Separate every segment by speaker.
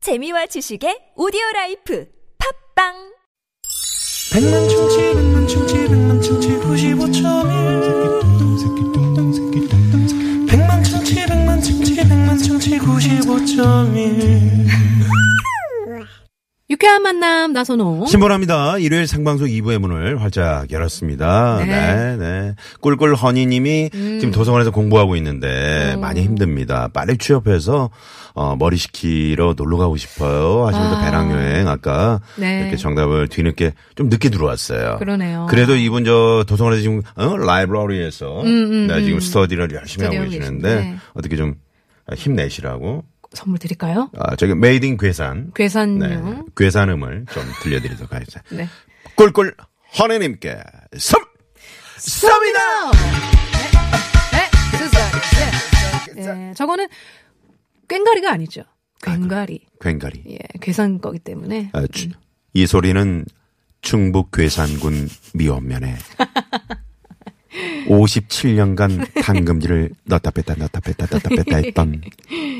Speaker 1: 재미와 지식의 오디오 라이프 팝빵
Speaker 2: 백만 충치 백만 충치 백만 충치 구십오점일 백만 충치 백만 충치 백만 충치 구십오점일
Speaker 3: 유쾌한 만남 나선홍.
Speaker 4: 신보라입니다. 일요일 생방송 2부의 문을 활짝 열었습니다.
Speaker 3: 네. 음.
Speaker 4: 네, 네. 꿀꿀 허니님이 지금 도서관에서 공부하고 있는데 많이 힘듭니다. 빨리 취업해서 어, 머리 식히러 놀러 가고 싶어요. 하시면서
Speaker 3: 아.
Speaker 4: 배낭여행 아까
Speaker 3: 네.
Speaker 4: 이렇게 정답을 뒤늦게 좀 늦게 들어왔어요.
Speaker 3: 그러네요.
Speaker 4: 그래도 이분 저 도서관에서 지금 어? 라이브러리에서 네, 지금 스터디를 열심히 하고
Speaker 3: 음, 스터디하고
Speaker 4: 계시는데
Speaker 3: 계신데. 네.
Speaker 4: 어떻게 좀 힘내시라고
Speaker 3: 선물 드릴까요?
Speaker 4: 아, 저기 메이드 인 괴산
Speaker 3: 괴산요.
Speaker 4: 네, 괴산음을 좀 들려드리도록 하겠습니다.
Speaker 3: 네.
Speaker 4: 꿀꿀 허니님께 선 쏩니다.
Speaker 3: 네, 수산. 네. 네, 저거는 꽹가리가 아니죠. 꽹가리.
Speaker 4: 꽹가리.
Speaker 3: 예, 괴산 거기 때문에.
Speaker 4: 아, 주- 이 소리는 충북 괴산군 미원면에 57년간 당금지를 넣다 뺐다 넣다 뺐다 넣다 뺐다 했던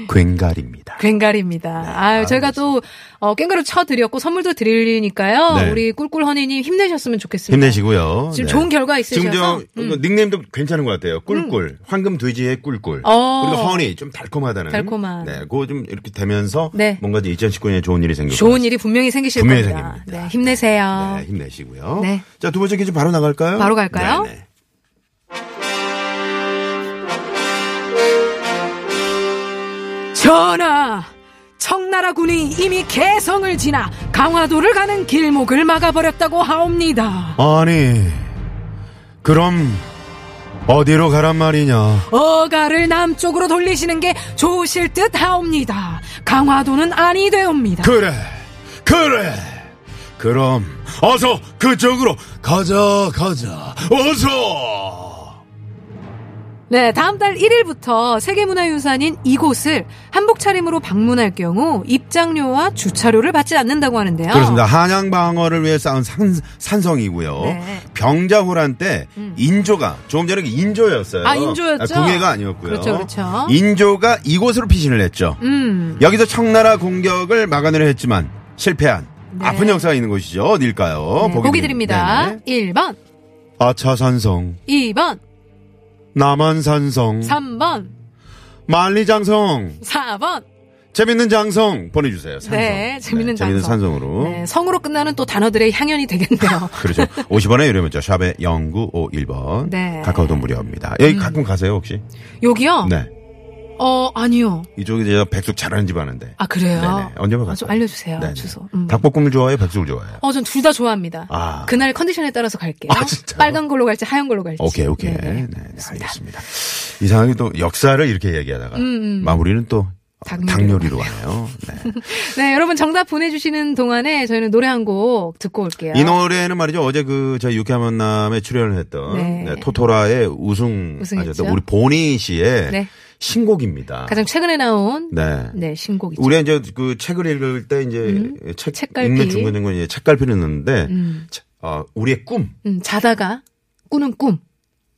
Speaker 4: 꽹가리입니다.
Speaker 3: 꽹가리입니다.
Speaker 4: 네,
Speaker 3: 아유, 저희가 또, 어, 꽹가리 쳐드렸고, 선물도 드리니까요.
Speaker 4: 네.
Speaker 3: 우리 꿀꿀허니님 힘내셨으면 좋겠습니다.
Speaker 4: 힘내시고요. 네.
Speaker 3: 지금 좋은 결과 있으셔서. 음.
Speaker 4: 지금 저그 닉네임도 괜찮은 것 같아요. 꿀꿀 황금 돼지의 꿀꿀
Speaker 3: 어.
Speaker 4: 그리고 허니 좀 달콤하다는
Speaker 3: 달콤한.
Speaker 4: 네, 그거 좀 이렇게 되면서
Speaker 3: 네.
Speaker 4: 뭔가 2019년에 좋은 일이 생길 것
Speaker 3: 좋은 일이 분명히 생기실
Speaker 4: 분명히
Speaker 3: 겁니다.
Speaker 4: 생깁니다.
Speaker 3: 네, 힘내세요.
Speaker 4: 같아요. 네, 힘내시고요.
Speaker 3: 네.
Speaker 4: 자, 두 번째 퀴즈 바로 나갈까요?
Speaker 3: 바로 갈까요?
Speaker 4: 네네.
Speaker 3: 전하! 청나라 군이 이미 개성을 지나 강화도를 가는 길목을 막아버렸다고
Speaker 4: 네.
Speaker 3: 하옵니다.
Speaker 4: 아니, 그럼 어디로 가란 말이냐?
Speaker 3: 어가를 남쪽으로 돌리시는 게 좋으실 듯 하옵니다. 강화도는 아니 되옵니다.
Speaker 4: 그래, 그래. 그럼 어서 그쪽으로 가자, 가자. 어서.
Speaker 3: 네, 다음 달 1일부터 세계문화유산인 이곳을 한복 차림으로 방문할 경우 입장료와 주차료를 받지 않는다고 하는데요.
Speaker 4: 그렇습니다. 한양 방어를 위해 쌓은 산, 산성이고요.
Speaker 3: 네. 음.
Speaker 4: 병자호란 때 인조가 조금 전에 인조였어요.
Speaker 3: 아, 인조였죠?
Speaker 4: 궁예가 아니었고요.
Speaker 3: 그렇죠, 그렇죠.
Speaker 4: 인조가 이곳으로 피신을 했죠.
Speaker 3: 음,
Speaker 4: 여기서 청나라 공격을 막아내려 했지만 실패한
Speaker 3: 네.
Speaker 4: 아픈 역사가 있는 곳이죠. 어딜까요?
Speaker 3: 네, 보기 드립니다.
Speaker 4: 네네.
Speaker 3: 1번,
Speaker 4: 아차산성,
Speaker 3: 2번,
Speaker 4: 남한산성,
Speaker 3: 3번,
Speaker 4: 만리장성,
Speaker 3: 4번.
Speaker 4: 재밌는 장성 보내주세요. 산성.
Speaker 3: 네, 재밌는
Speaker 4: 재밌는
Speaker 3: 장성.
Speaker 4: 산성으로.
Speaker 3: 네, 성으로 끝나는 또 단어들의 향연이 되겠네요.
Speaker 4: 그렇죠. 50원에 유료 문자 샵에 0951번.
Speaker 3: 네. 음.
Speaker 4: 카카오도 무료입니다. 여기 가끔 가세요 혹시?
Speaker 3: 여기요?
Speaker 4: 네.
Speaker 3: 어, 아니요.
Speaker 4: 이쪽에 제가 백숙 잘하는 집 아는데.
Speaker 3: 아, 그래요?
Speaker 4: 네네. 언제만
Speaker 3: 아,
Speaker 4: 갔어요?
Speaker 3: 좀 알려주세요.
Speaker 4: 네네.
Speaker 3: 주소. 음.
Speaker 4: 닭볶음을 좋아해요? 백숙을 좋아해요?
Speaker 3: 어, 전 둘 다 좋아합니다.
Speaker 4: 아.
Speaker 3: 그날 컨디션에 따라서 갈게요.
Speaker 4: 아, 진짜요?
Speaker 3: 빨간 걸로 갈지 하얀 걸로 갈지.
Speaker 4: 오케이 오케이.
Speaker 3: 네네.
Speaker 4: 네, 네, 알겠습니다. 이상하게 또 역사를 이렇게
Speaker 3: 음,
Speaker 4: 얘기하다가 마무리는 또
Speaker 3: 닭
Speaker 4: 당뇨리로 가네요. 네.
Speaker 3: 네, 여러분 정답 보내주시는 동안에 저희는 노래 한 곡 듣고 올게요.
Speaker 4: 네. 이 노래는 말이죠. 어제 그 저희 유쾌한 만남에 출연을 했던
Speaker 3: 네.
Speaker 4: 네, 토토라의 우승
Speaker 3: 우승했죠.
Speaker 4: 하셨던 우리 보니 씨의
Speaker 3: 네.
Speaker 4: 신곡입니다.
Speaker 3: 가장 최근에 나온
Speaker 4: 아. 네.
Speaker 3: 네, 신곡이죠. 음.
Speaker 4: 우리 이제 그 책을 읽을 때 이제 책
Speaker 3: 책갈피.
Speaker 4: 읽는 중간중간 이제 책갈피를 넣는데
Speaker 3: 음.
Speaker 4: 자- 어, 우리의 꿈.
Speaker 3: 음, 자다가 꾸는 꿈.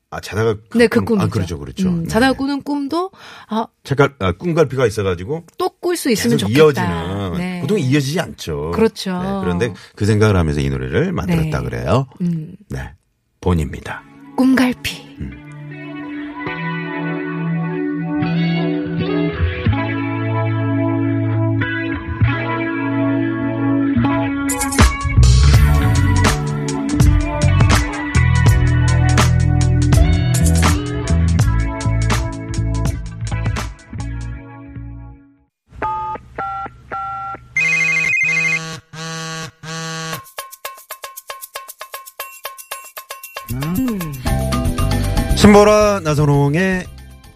Speaker 4: 아 자다가
Speaker 3: 네, 그
Speaker 4: 꿈-
Speaker 3: 꿈이죠.
Speaker 4: 아 그렇죠, 그렇죠.
Speaker 3: 음,
Speaker 4: 네.
Speaker 3: 자다가 꾸는 꿈도 아,
Speaker 4: 책갈 아, 꿈갈피가 있어가지고
Speaker 3: 또 꿀 수 있으면
Speaker 4: 계속
Speaker 3: 좋겠다.
Speaker 4: 이어지는
Speaker 3: 네.
Speaker 4: 보통 이어지지 않죠.
Speaker 3: 그렇죠.
Speaker 4: 네, 그런데 그 생각을 하면서 이 노래를 만들었다
Speaker 3: 네.
Speaker 4: 그래요.
Speaker 3: 음,
Speaker 4: 네, 본입니다.
Speaker 3: 꿈갈피.
Speaker 4: 음. 신보라 나선홍의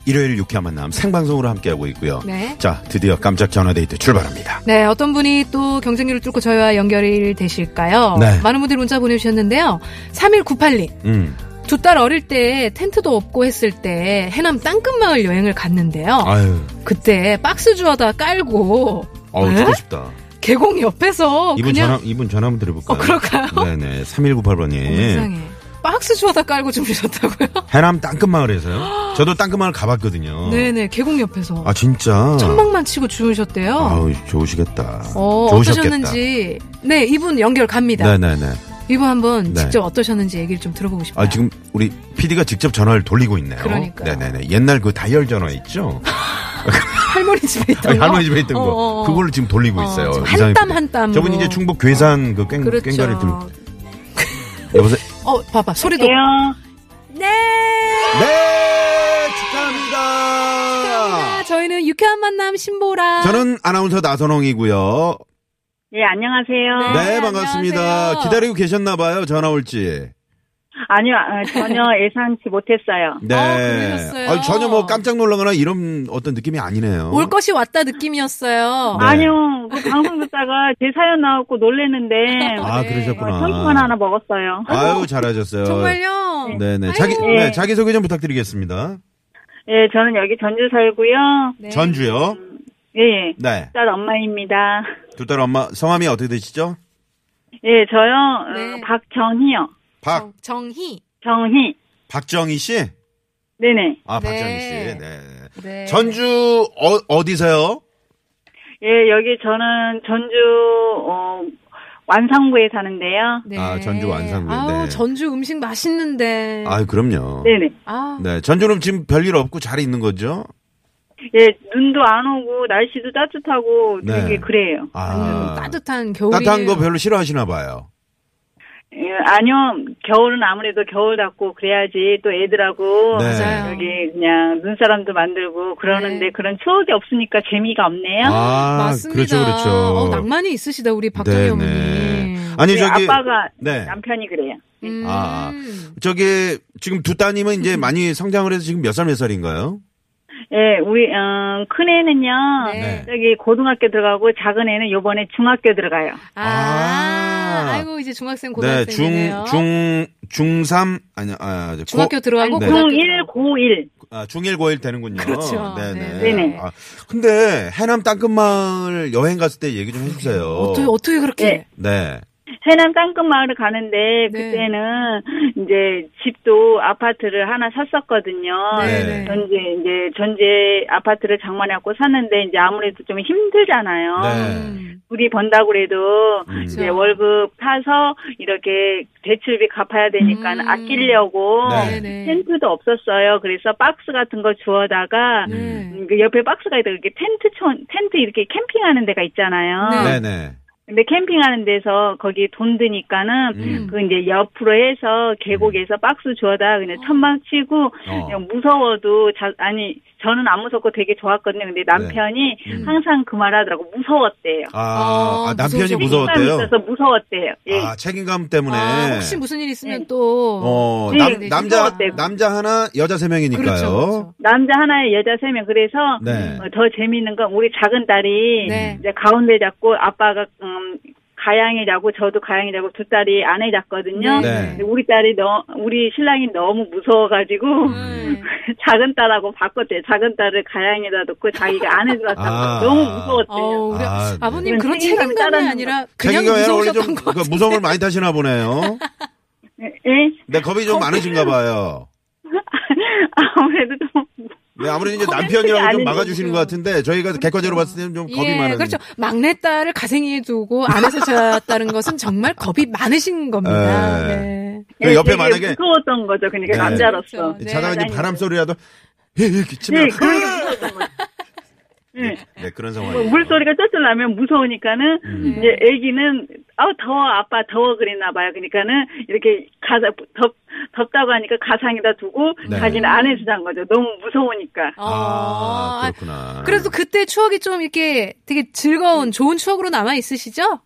Speaker 4: 일요일 유쾌한 만남 생방송으로 함께하고 있고요.
Speaker 3: 네.
Speaker 4: 자, 드디어 깜짝 전화데이트 출발합니다.
Speaker 3: 네, 어떤 분이 또 경쟁률을 뚫고 저희와 연결이 되실까요?
Speaker 4: 네.
Speaker 3: 많은 분들이 문자 보내주셨는데요. 31982.
Speaker 4: 음,
Speaker 3: 두 딸 어릴 때 텐트도 없고 했을 때 해남 땅끝마을 여행을 갔는데요.
Speaker 4: 아유,
Speaker 3: 그때 박스 주워다 깔고
Speaker 4: 어우
Speaker 3: 네?
Speaker 4: 듣고 싶다.
Speaker 3: 계곡 옆에서
Speaker 4: 이분
Speaker 3: 그냥
Speaker 4: 전화 이분 전화 한번 드려볼까요?
Speaker 3: 어, 그럴까요?
Speaker 4: 네네, 3198번님.
Speaker 3: 세상에. 박스 주워다 깔고 준비하셨다고요?
Speaker 4: 해남 땅끝마을에서요. 저도 땅끝마을 가봤거든요.
Speaker 3: 네네, 계곡 옆에서.
Speaker 4: 어. 아 진짜.
Speaker 3: 천막만 치고 주무셨대요.
Speaker 4: 아우 좋으시겠다.
Speaker 3: 어,
Speaker 4: 좋으셨겠다.
Speaker 3: 어떠셨는지. 네, 이분 연결 갑니다.
Speaker 4: 네네네.
Speaker 3: 이분 한번
Speaker 4: 네.
Speaker 3: 직접 어떠셨는지 얘기를 좀 들어보고 싶어요.
Speaker 4: 아 지금 우리 PD가 직접 전화를 돌리고 있네요.
Speaker 3: 그러니까요.
Speaker 4: 네네네. 옛날 그 다이얼 전화 있죠.
Speaker 3: 할머니 집에 있던
Speaker 4: 아니,
Speaker 3: 거.
Speaker 4: 할머니 집에 있던 거.
Speaker 3: 어, 어, 어.
Speaker 4: 그걸로 지금 돌리고
Speaker 3: 어,
Speaker 4: 있어요.
Speaker 3: 지금
Speaker 4: 이상하게.
Speaker 3: 한땀한 땀으로.
Speaker 4: 저분 이제 충북 괴산 그 깽,
Speaker 3: 그렇죠.
Speaker 4: 깽가리 들. 여보세요.
Speaker 3: 어, 봐봐. 소리도. 네.
Speaker 4: 네 축하합니다.
Speaker 3: 아, 저희는 유쾌한 만남 신보라.
Speaker 4: 저는 아나운서 나선홍이고요.
Speaker 5: 예, 안녕하세요.
Speaker 4: 네, 반갑습니다.
Speaker 3: 아, 안녕하세요.
Speaker 4: 기다리고 계셨나봐요, 전화 올지.
Speaker 5: 아니요, 아, 전혀 예상치 못했어요.
Speaker 4: 네.
Speaker 3: 아, 그러셨어요?
Speaker 4: 아니, 전혀 뭐 깜짝 놀라거나 이런 어떤 느낌이 아니네요.
Speaker 3: 올 것이 왔다 느낌이었어요.
Speaker 4: 네.
Speaker 5: 아니요, 그 방송 듣다가 제 사연 나왔고 놀랬는데 어,
Speaker 4: 아,
Speaker 3: 네.
Speaker 4: 그러셨구나.
Speaker 5: 청심환 하나 뭐. 먹었어요.
Speaker 4: 아유, 잘하셨어요.
Speaker 3: 정말요?
Speaker 4: 네네. 자기,
Speaker 5: 아유.
Speaker 4: 네, 자기소개 좀 부탁드리겠습니다.
Speaker 5: 예, 저는 여기 전주 살고요.
Speaker 3: 네.
Speaker 4: 전주요.
Speaker 5: 예, 예,
Speaker 4: 네.
Speaker 5: 딸 엄마입니다.
Speaker 4: 두 딸 엄마, 성함이 어떻게 되시죠?
Speaker 5: 예, 저요,
Speaker 3: 네.
Speaker 5: 어, 박정희요.
Speaker 4: 박,
Speaker 3: 정, 희
Speaker 5: 정희.
Speaker 4: 박정희 씨?
Speaker 5: 네네.
Speaker 4: 아,
Speaker 3: 네.
Speaker 4: 박정희 씨. 네.
Speaker 3: 네.
Speaker 4: 전주, 어, 어디세요?
Speaker 5: 예, 여기 저는 전주, 어, 완산구에 사는데요.
Speaker 3: 네.
Speaker 4: 아, 전주 완산구요.
Speaker 3: 아우,
Speaker 4: 네.
Speaker 3: 전주 음식 맛있는데.
Speaker 4: 아유, 그럼요.
Speaker 5: 네네.
Speaker 3: 아,
Speaker 4: 네. 전주는 지금 별일 없고 잘 있는 거죠?
Speaker 5: 예, 눈도 안 오고, 날씨도 따뜻하고,
Speaker 4: 네.
Speaker 5: 되게 그래요.
Speaker 3: 음,
Speaker 4: 아.
Speaker 3: 따뜻한 겨울이.
Speaker 4: 따뜻한 거 별로 싫어하시나 봐요.
Speaker 5: 예, 아니요. 겨울은 아무래도 겨울답고 그래야지 또 애들하고
Speaker 4: 네.
Speaker 3: 맞아요.
Speaker 5: 여기 그냥 눈사람도 만들고 그러는데
Speaker 3: 네.
Speaker 5: 그런 추억이 없으니까 재미가 없네요.
Speaker 4: 아,
Speaker 3: 맞습니다.
Speaker 4: 그렇죠, 그렇죠.
Speaker 3: 어, 낭만이 있으시다 우리 박정희
Speaker 4: 네네.
Speaker 3: 어머니.
Speaker 4: 아니,
Speaker 5: 네,
Speaker 4: 저기.
Speaker 5: 아빠가
Speaker 4: 네.
Speaker 5: 남편이 그래요.
Speaker 3: 음.
Speaker 4: 아, 저기, 지금 두 따님은 이제 많이 성장을 해서 지금 몇 살 몇 살인가요?
Speaker 5: 예, 우리 어, 큰 애는요.
Speaker 3: 네.
Speaker 5: 저기 고등학교 들어가고 작은 애는 요번에 중학교 들어가요.
Speaker 3: 아,
Speaker 4: 아.
Speaker 3: 아이고 이제 중학생
Speaker 4: 네,
Speaker 3: 고등학생이네요.
Speaker 4: 중, 중, 중삼, 아니, 아, 이제 고-
Speaker 3: 중학교 들어가고
Speaker 4: 네.
Speaker 3: 고등학교
Speaker 5: 중1
Speaker 3: 들어가고.
Speaker 5: 고1.
Speaker 4: 아, 중일 고일 되는군요.
Speaker 3: 그렇죠.
Speaker 4: 네네.
Speaker 5: 네네.
Speaker 4: 아, 근데 해남 땅끝마을 여행 갔을 때 얘기 좀 해주세요.
Speaker 3: 어떻게 어떻게 그렇게?
Speaker 5: 네.
Speaker 4: 네.
Speaker 5: 해남 땅끝마을을 가는데
Speaker 3: 네.
Speaker 5: 그때는 이제 집도 아파트를 하나 샀었거든요.
Speaker 4: 네.
Speaker 5: 전제 이제 전제 아파트를 장만해갖고 샀는데 이제 아무래도 좀 힘들잖아요.
Speaker 4: 네.
Speaker 3: 음.
Speaker 5: 우리 번다고 그래도
Speaker 4: 음.
Speaker 5: 이제 월급 타서 이렇게 대출비 갚아야 되니까
Speaker 3: 음.
Speaker 5: 아끼려고
Speaker 4: 네.
Speaker 3: 네네.
Speaker 5: 텐트도 없었어요. 그래서 박스 같은 거 주워다가
Speaker 4: 네.
Speaker 3: 네.
Speaker 5: 그 옆에 박스가 있다 이렇게 텐트 촌 텐트 이렇게 캠핑하는 데가 있잖아요.
Speaker 3: 네.
Speaker 4: 네네.
Speaker 5: 근데 캠핑하는 데서 거기 돈 드니까는
Speaker 4: 음.
Speaker 5: 그 이제 옆으로 해서 계곡에서 박스 주워다 그냥 천막 치고
Speaker 4: 어.
Speaker 5: 그냥 무서워도 자, 아니 저는 안 무섭고 되게 좋았거든요. 근데 남편이
Speaker 4: 음.
Speaker 5: 항상 그 말하더라고 무서웠대요.
Speaker 4: 아,
Speaker 3: 아,
Speaker 4: 아, 남편이
Speaker 3: 무서워서-
Speaker 5: 책임감이
Speaker 4: 무서웠대요.
Speaker 5: 있어서 무서웠대요. 예.
Speaker 4: 아, 책임감 때문에.
Speaker 3: 아, 혹시 무슨 일 있으면 또
Speaker 4: 어,
Speaker 5: 네,
Speaker 4: 남,
Speaker 3: 네,
Speaker 4: 남자,
Speaker 5: 무서웠대요.
Speaker 4: 남자 하나, 여자 세 명이니까요.
Speaker 3: 그렇죠. 그렇죠.
Speaker 5: 남자 하나에 여자 세 명. 그래서
Speaker 4: 네.
Speaker 5: 어, 더 재미있는 건 우리 작은 딸이
Speaker 3: 네.
Speaker 5: 이제 가운데 잡고 아빠가 음, 가양이 자고 저도 가양이 자고 두 딸이 아내 잤거든요.
Speaker 4: 네.
Speaker 5: 근데 우리 딸이 너 우리 신랑이 너무 무서워가지고
Speaker 3: 음.
Speaker 5: 작은 딸하고 바꿨대요. 작은 딸을 가양에다 놓고 자기가 아내 들었다고
Speaker 4: 아.
Speaker 5: 너무 무서웠대요.
Speaker 3: 어우, 우리
Speaker 4: 아, 네.
Speaker 3: 아, 버님 그런
Speaker 5: 책임감이
Speaker 3: 책임감이
Speaker 5: 따르는
Speaker 3: 아니라 그냥
Speaker 4: 책임감이 아니라 원래
Speaker 3: 무서우셨던
Speaker 4: 좀
Speaker 3: 거.
Speaker 4: 그 무서움을 많이 타시나 보네요.
Speaker 5: 예?
Speaker 4: 근데 겁이 좀 많으신가 봐요.
Speaker 5: 아무래도 좀
Speaker 4: 네, 아무래도 이제
Speaker 5: 겁이
Speaker 4: 남편이라고 좀
Speaker 5: 아니죠.
Speaker 4: 막아주시는 것 같은데 저희가 객관적으로 봤을 때는 좀 겁이 많은.
Speaker 3: 그렇죠. 막내 딸을 가생이에 두고 안에서 잤다는 것은 정말 겁이 많으신 겁니다.
Speaker 4: 네.
Speaker 3: 네.
Speaker 4: 그리고 옆에
Speaker 5: 되게
Speaker 4: 만약에
Speaker 5: 무서웠던 거죠. 그러니까
Speaker 4: 네.
Speaker 5: 남자로서.
Speaker 3: 그렇죠. 네.
Speaker 4: 자다가 이제
Speaker 5: 아니,
Speaker 4: 바람 소리라도 예, 이렇게 치면
Speaker 5: 네, 그런
Speaker 4: 아.
Speaker 5: 게 무서웠던 거죠. 예.
Speaker 4: 네, 음. 그런 상황이에요.
Speaker 5: 뭐 물소리가 쩔쩔 나면 무서우니까는 이제 아기는 아우 더워 아빠 더워 그랬나 봐요. 그러니까는 이렇게 가사 덥 덥다고 하니까 가상에다 두고
Speaker 4: 네.
Speaker 5: 자기는 안에서 잔 거죠. 너무 무서우니까.
Speaker 4: 아,
Speaker 3: 어,
Speaker 4: 그렇구나.
Speaker 3: 그래도 그때 추억이 좀 이렇게 되게 즐거운 좋은 추억으로 남아 있으시죠?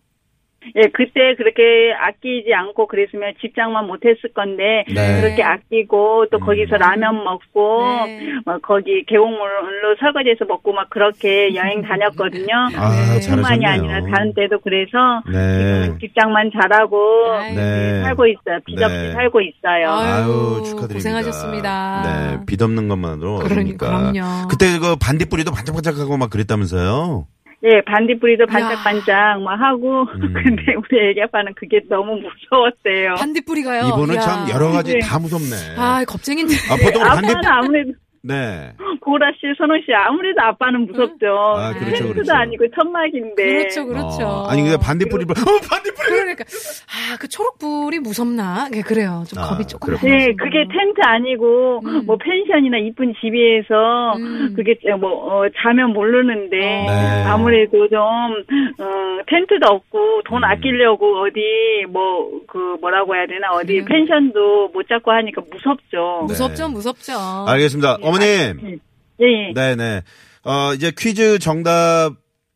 Speaker 5: 예, 그때 그렇게 아끼지 않고 그랬으면 집장만 못했을 건데
Speaker 4: 네. 음.
Speaker 5: 그렇게 아끼고 또 거기서 라면 먹고
Speaker 3: 네.
Speaker 5: 막 거기 계곡물로 설거지해서 먹고 막 그렇게 여행 다녔거든요.
Speaker 4: 아,
Speaker 3: 네.
Speaker 5: 뿐만이
Speaker 4: 잘하셨네요.
Speaker 5: 아니라 다른 때도 그래서
Speaker 4: 네.
Speaker 5: 직장만 잘하고
Speaker 3: 아이고.
Speaker 4: 네.
Speaker 5: 살고 있어요. 비접시
Speaker 4: 네.
Speaker 5: 살고 있어요.
Speaker 3: 아유,
Speaker 4: 아유, 축하드립니다.
Speaker 3: 고생하셨습니다.
Speaker 4: 네, 빚 없는 것만으로
Speaker 3: 그러니-
Speaker 4: 어렵니까.
Speaker 3: 그럼요.
Speaker 4: 그때 그 반딧불이도 반짝반짝하고 막 그랬다면서요?
Speaker 5: 예, 예, 반딧불이도 반짝반짝 막 하고
Speaker 4: 음.
Speaker 5: 근데 우리 애기 아빠는 그게 너무 무서웠대요.
Speaker 3: 반딧불이가요.
Speaker 4: 이분은
Speaker 3: 이야.
Speaker 4: 참 여러 가지
Speaker 5: 네.
Speaker 4: 다 무섭네.
Speaker 3: 아, 겁쟁인데.
Speaker 4: 아, 보통 반대.
Speaker 5: 아빠는 아무래도
Speaker 4: 네.
Speaker 5: 고라 씨, 선호 씨 아무래도 아빠는 무섭죠.
Speaker 4: 아, 그렇죠,
Speaker 5: 텐트도
Speaker 4: 그렇죠.
Speaker 5: 아니고 천막인데.
Speaker 3: 그렇죠, 그렇죠.
Speaker 4: 어, 아니 근데 반딧불이 어, 반딧불이
Speaker 3: 그러니까 아, 그 초록불이 무섭나? 예, 그래요. 좀
Speaker 4: 아,
Speaker 3: 겁이 조금.
Speaker 4: 그렇구나.
Speaker 5: 네,
Speaker 3: 나시는구나.
Speaker 5: 그게 텐트 아니고 뭐 펜션이나 이쁜 집에서
Speaker 3: 음.
Speaker 5: 그게 뭐 어, 자면 모르는데
Speaker 4: 네.
Speaker 5: 아무래도 좀 어, 텐트도 없고 돈
Speaker 4: 음.
Speaker 5: 아끼려고 어디 뭐 그 뭐라고 해야 되나 어디
Speaker 3: 그래요.
Speaker 5: 펜션도 못 잡고 하니까 무섭죠.
Speaker 3: 무섭죠,
Speaker 4: 네.
Speaker 3: 무섭죠.
Speaker 4: 알겠습니다. 어머님.
Speaker 5: 예, 예,
Speaker 4: 네, 네. 어, 이제 퀴즈 정답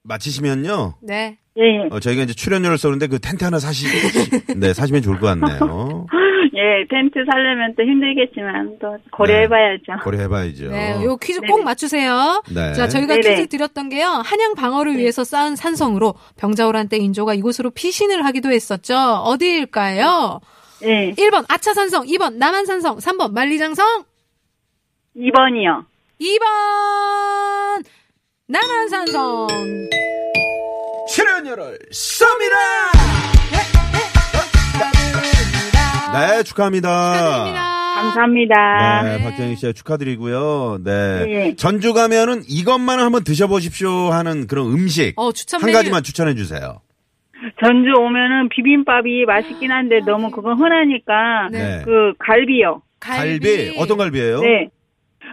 Speaker 4: 맞히시면요.
Speaker 3: 네.
Speaker 5: 예, 예.
Speaker 4: 어, 저희가 이제 출연료를 썼는데 그 텐트 하나 사시고 네, 사시면 좋을 것 같네요.
Speaker 5: 예, 텐트 살려면 또 힘들겠지만 또 고려해봐야죠.
Speaker 4: 고려해 봐야죠.
Speaker 3: 네, 요 퀴즈 꼭 맞추세요.
Speaker 4: 네.
Speaker 3: 자, 저희가
Speaker 5: 네네. 네.
Speaker 3: 퀴즈 드렸던 게요. 한양 방어를 위해서 쌓은 산성으로 병자호란 때 인조가 이곳으로 피신을 하기도 했었죠. 어디일까요?
Speaker 4: 네.
Speaker 5: 예,
Speaker 3: 1번 아차산성, 2번 남한산성, 3번 만리장성,
Speaker 5: 2번이요.
Speaker 3: 2번 남한산성.
Speaker 4: 출연료를 쏩니다. 네, 축하합니다.
Speaker 3: 감사합니다.
Speaker 5: 감사합니다.
Speaker 4: 네, 박정희 씨 축하드리고요. 네.
Speaker 5: 네.
Speaker 4: 전주 가면은 이것만 한번 드셔보십시오 하는 그런 음식.
Speaker 3: 어, 추천
Speaker 4: 한
Speaker 3: 메뉴.
Speaker 4: 가지만 추천해 주세요.
Speaker 5: 전주 오면은 비빔밥이 맛있긴 한데 너무 그건 흔하니까
Speaker 4: 네.
Speaker 5: 그 갈비요.
Speaker 4: 갈비. 어떤 갈비예요?
Speaker 5: 네.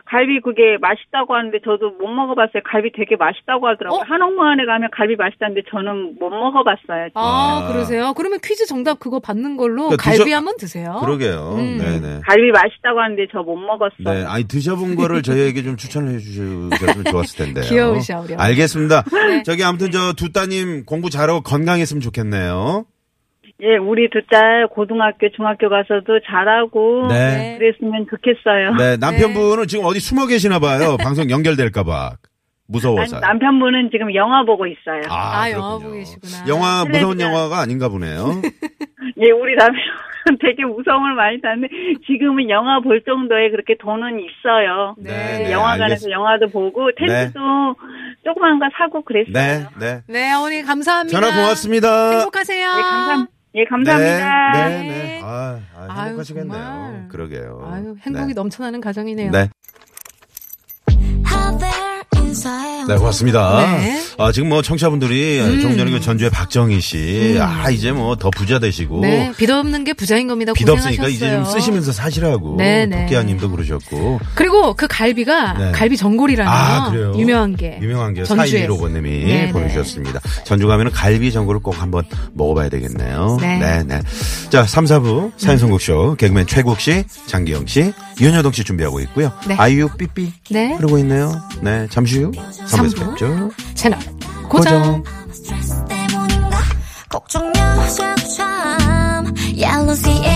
Speaker 5: 갈비 그게 맛있다고 하는데 저도 못 먹어봤어요. 갈비 되게 맛있다고 하더라고요.
Speaker 3: 어?
Speaker 5: 한옥마을에 가면 갈비 맛있다는데 저는 못 먹어봤어요.
Speaker 3: 아,
Speaker 4: 아.
Speaker 3: 그러세요? 그러면 퀴즈 정답 그거 받는 걸로
Speaker 4: 그러니까
Speaker 3: 갈비
Speaker 4: 드셔-
Speaker 3: 한번 드세요.
Speaker 4: 그러게요.
Speaker 3: 음.
Speaker 4: 네네.
Speaker 5: 갈비 맛있다고 하는데 저 못
Speaker 4: 네,
Speaker 5: 먹었어요.
Speaker 4: 아니 드셔본 거를 저희에게 좀 추천을 해주셨으면 좋았을 텐데요.
Speaker 3: 귀여우셔, 우리 네. 엄마.
Speaker 4: 알겠습니다. 저기 아무튼 저 두 따님 공부 잘하고 건강했으면 좋겠네요.
Speaker 5: 예, 우리 두 딸 고등학교, 중학교 가서도 잘하고
Speaker 4: 네.
Speaker 5: 그랬으면 좋겠어요.
Speaker 4: 네, 남편분은 지금 어디 숨어 계시나 봐요. 방송 연결될까봐
Speaker 5: 아니,
Speaker 4: 무서워서.
Speaker 5: 남편분은 지금 영화 보고 있어요.
Speaker 3: 아,
Speaker 4: 그렇군요.
Speaker 3: 영화 보고 계시구나.
Speaker 4: 영화 무서운
Speaker 5: 텔레비전.
Speaker 4: 영화가 아닌가 보네요.
Speaker 5: 예, 우리 남편은 되게 무서움을 많이 타는데 지금은 영화 볼 정도의 그렇게 돈은 있어요.
Speaker 4: 네,
Speaker 5: 그래서 영화관에서
Speaker 4: 알겠습니다.
Speaker 5: 영화도 보고 텐트도 조그만 거 사고 그랬어요.
Speaker 4: 네, 네.
Speaker 3: 네, 어머니 감사합니다.
Speaker 4: 전화 고맙습니다.
Speaker 3: 행복하세요.
Speaker 5: 예, 감사, 예, 감사합니다.
Speaker 4: 네, 네,
Speaker 3: 네.
Speaker 4: 네. 아, 아
Speaker 3: 아유,
Speaker 4: 행복하시겠네요.
Speaker 3: 정말.
Speaker 4: 그러게요.
Speaker 3: 아유, 행복이
Speaker 4: 네.
Speaker 3: 넘쳐나는 가정이네요.
Speaker 4: 네. 네, 고맙습니다.
Speaker 3: 네. 음.
Speaker 4: 아, 지금 뭐 청취자분들이 조금 전에 그 전주의 박정희 씨, 아, 이제 뭐 더 부자 되시고.
Speaker 3: 네, 빚 없는 게 부자인 겁니다.
Speaker 4: 빚 없으니까
Speaker 3: 고생하셨어요.
Speaker 4: 이제 좀 쓰시면서 사시라고.
Speaker 3: 네, 네.
Speaker 4: 도끼아 님도 그러셨고.
Speaker 3: 그리고 그 갈비가
Speaker 4: 네.
Speaker 3: 갈비 전골이라는
Speaker 4: 아, 그래요?
Speaker 3: 유명한 게
Speaker 4: 유명한 게
Speaker 3: 전주에
Speaker 4: 사이비 로봇님이
Speaker 3: 네,
Speaker 4: 보내주셨습니다. 전주 가면은 갈비 전골을 꼭 한번 먹어봐야 되겠네요.
Speaker 3: 네.
Speaker 4: 네, 네. 자, 3, 4부 사연성곡쇼 개그맨 최국 씨, 장기영 씨, 윤여동 씨 준비하고 있고요.
Speaker 3: 네.
Speaker 4: 아이유 삐삐
Speaker 3: 네.
Speaker 4: 그러고 있네요. 네, 잠시 후 3부에서
Speaker 3: 삼부.
Speaker 4: 뵙죠.
Speaker 3: 채널 고정.
Speaker 4: 고정.
Speaker 6: 스트레스 때문인가 걱정 여자 참 얄로스의